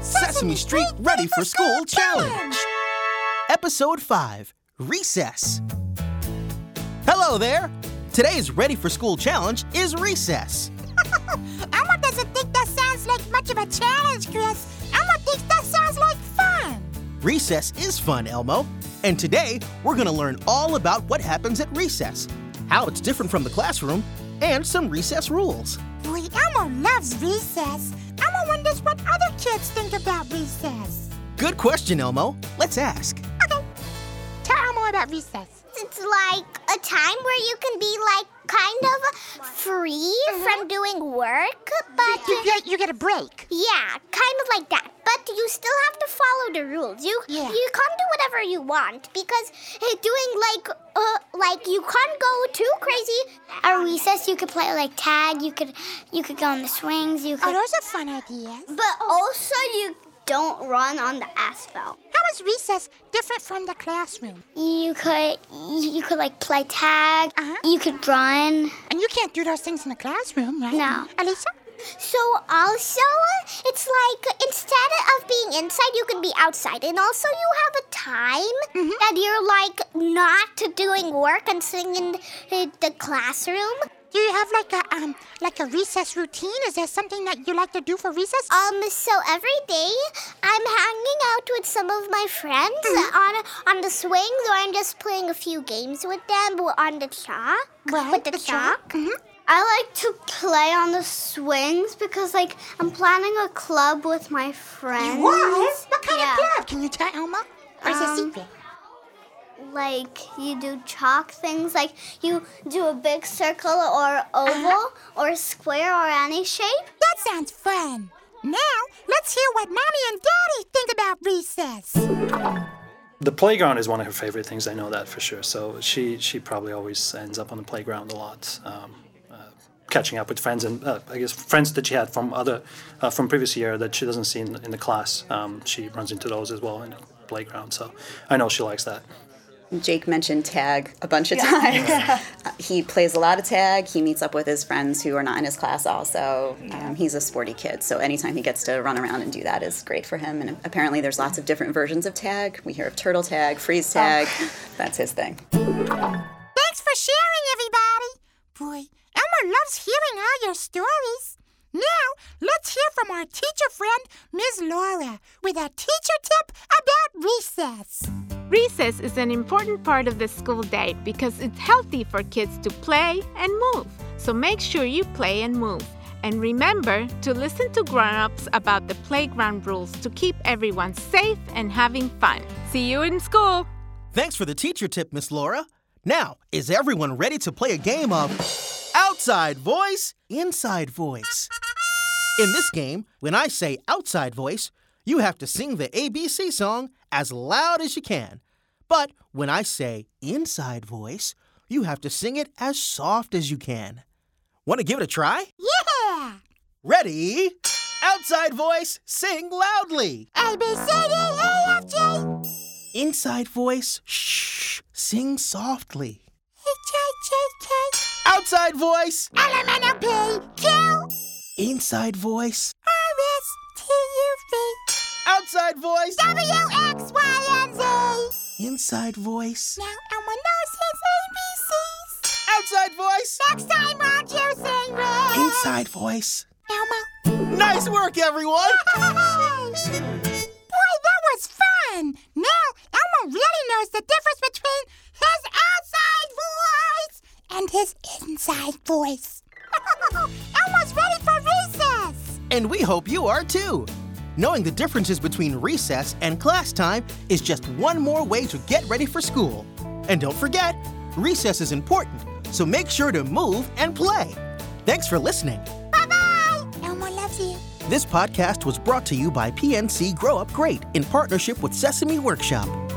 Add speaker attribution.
Speaker 1: Sesame Street Ready for School Challenge. Episode 5 Recess. Hello there! Today's Ready for School Challenge is recess.
Speaker 2: Elmo doesn't think that sounds like much of a challenge, Chris. Elmo thinks that sounds like fun.
Speaker 1: Recess is fun, Elmo. And today, we're going to learn all about what happens at recess, how it's different from the classroom, and some recess rules.
Speaker 2: Boy, Elmo loves recess. Elmo wonders what other kids think about recess.
Speaker 1: Good question, Elmo. Let's ask.
Speaker 2: Okay, tell Elmo about recess.
Speaker 3: It's like a time where you can be like kind of free
Speaker 2: Mm-hmm.
Speaker 3: from doing work, but
Speaker 2: You get, you get a break.
Speaker 3: yeah, kind of like that. But you still have to follow the rules. You
Speaker 2: Yeah.
Speaker 3: you can't do whatever you want because eh, doing like uh, like you can't go too crazy. At recess, you could play like tag. You could you could go on the swings. You
Speaker 2: Oh, those are fun ideas.
Speaker 3: but also you don't run on the asphalt.
Speaker 2: How is recess different from the classroom?
Speaker 3: You could you could like play tag.
Speaker 2: Uh-huh.
Speaker 3: You could run.
Speaker 2: And you can't do those things in the classroom, right?
Speaker 3: No.
Speaker 2: Alisa?
Speaker 3: So also, it's like instead of being inside, you can be outside, and also you have a time that you're like not doing work and sitting in the the classroom.
Speaker 2: Do you have like a um like a recess routine? Is there something that you like to do for recess?
Speaker 3: Um, so every day I'm hanging out with some of my friends
Speaker 2: Mm-hmm.
Speaker 3: on on the swings, or I'm just playing a few games with them on the chalk
Speaker 2: Right,
Speaker 3: with the,
Speaker 2: the
Speaker 3: chalk.
Speaker 2: chalk, mhm.
Speaker 3: I like to play on the swings because like I'm planning a club with my friends.
Speaker 2: What? What kind
Speaker 3: yeah.
Speaker 2: of club? Can you tell Elma? Or is it
Speaker 3: Um,
Speaker 2: secret?
Speaker 3: like you do chalk things like you do a big circle or oval
Speaker 2: Uh-huh.
Speaker 3: or square or any shape
Speaker 2: That sounds fun. Now, let's hear what Mommy and Daddy think about recess.
Speaker 4: the playground is one of her favorite things. I know that for sure. So she she probably always ends up on the playground a lot, um, uh, catching up with friends and uh, I guess friends that she had from other uh, from previous year that she doesn't see in, in the class. Um, she runs into those as well in the playground. So I know she likes that.
Speaker 5: Jake mentioned tag a bunch of times. Uh, he plays a lot of tag. He meets up with his friends who are not in his class, also. Um, he's a sporty kid, so anytime he gets to run around and do that is great for him. And apparently, there's lots of different versions of tag. We hear of turtle tag, freeze tag. That's his thing.
Speaker 2: Thanks for sharing, everybody. Boy, Elmo loves hearing all your stories. Now, let's hear from our teacher friend, Ms. Laura, with a teacher tip about recess.
Speaker 6: Recess is an important part of the school day because it's healthy for kids to play and move. So make sure you play and move. And remember to listen to grown-ups about the playground rules to keep everyone safe and having fun. See you in school.
Speaker 1: Thanks for the teacher tip, Miss Laura. Now, is everyone ready to play a game of outside voice, inside voice? In this game, when I say outside voice, you have to sing the ABC song as loud as you can. But when I say inside voice, you have to sing it as soft as you can. Want to give it a try?
Speaker 2: Yeah!
Speaker 1: Ready? Outside voice, sing loudly.
Speaker 2: A, B, C, D, E, F, G,
Speaker 1: Inside voice, shh, sing softly.
Speaker 2: H, I, J, K,
Speaker 1: Outside voice,
Speaker 2: L, M, N, O, P, Q, R,
Speaker 1: inside voice,
Speaker 2: S, T, U, V,
Speaker 1: outside voice,
Speaker 2: W, X, Y, and Z.
Speaker 1: inside voice,
Speaker 2: Now Elmo knows his ABCs.
Speaker 1: outside voice,
Speaker 2: Next time, won't you sing red?
Speaker 1: inside voice.
Speaker 2: Elmo.
Speaker 1: Nice work, everyone!
Speaker 2: Boy, that was fun. Now Elmo really knows the difference between his outside voice and his inside voice. Elmo's ready for recess.
Speaker 1: And we hope you are too. Knowing the differences between recess and class time is just one more way to get ready for school. And don't forget, recess is important, so make sure to move and play. Thanks for listening.
Speaker 2: Bye bye. Elmo loves you.
Speaker 1: This podcast was brought to you by PNC Grow Up Great in partnership with Sesame Workshop.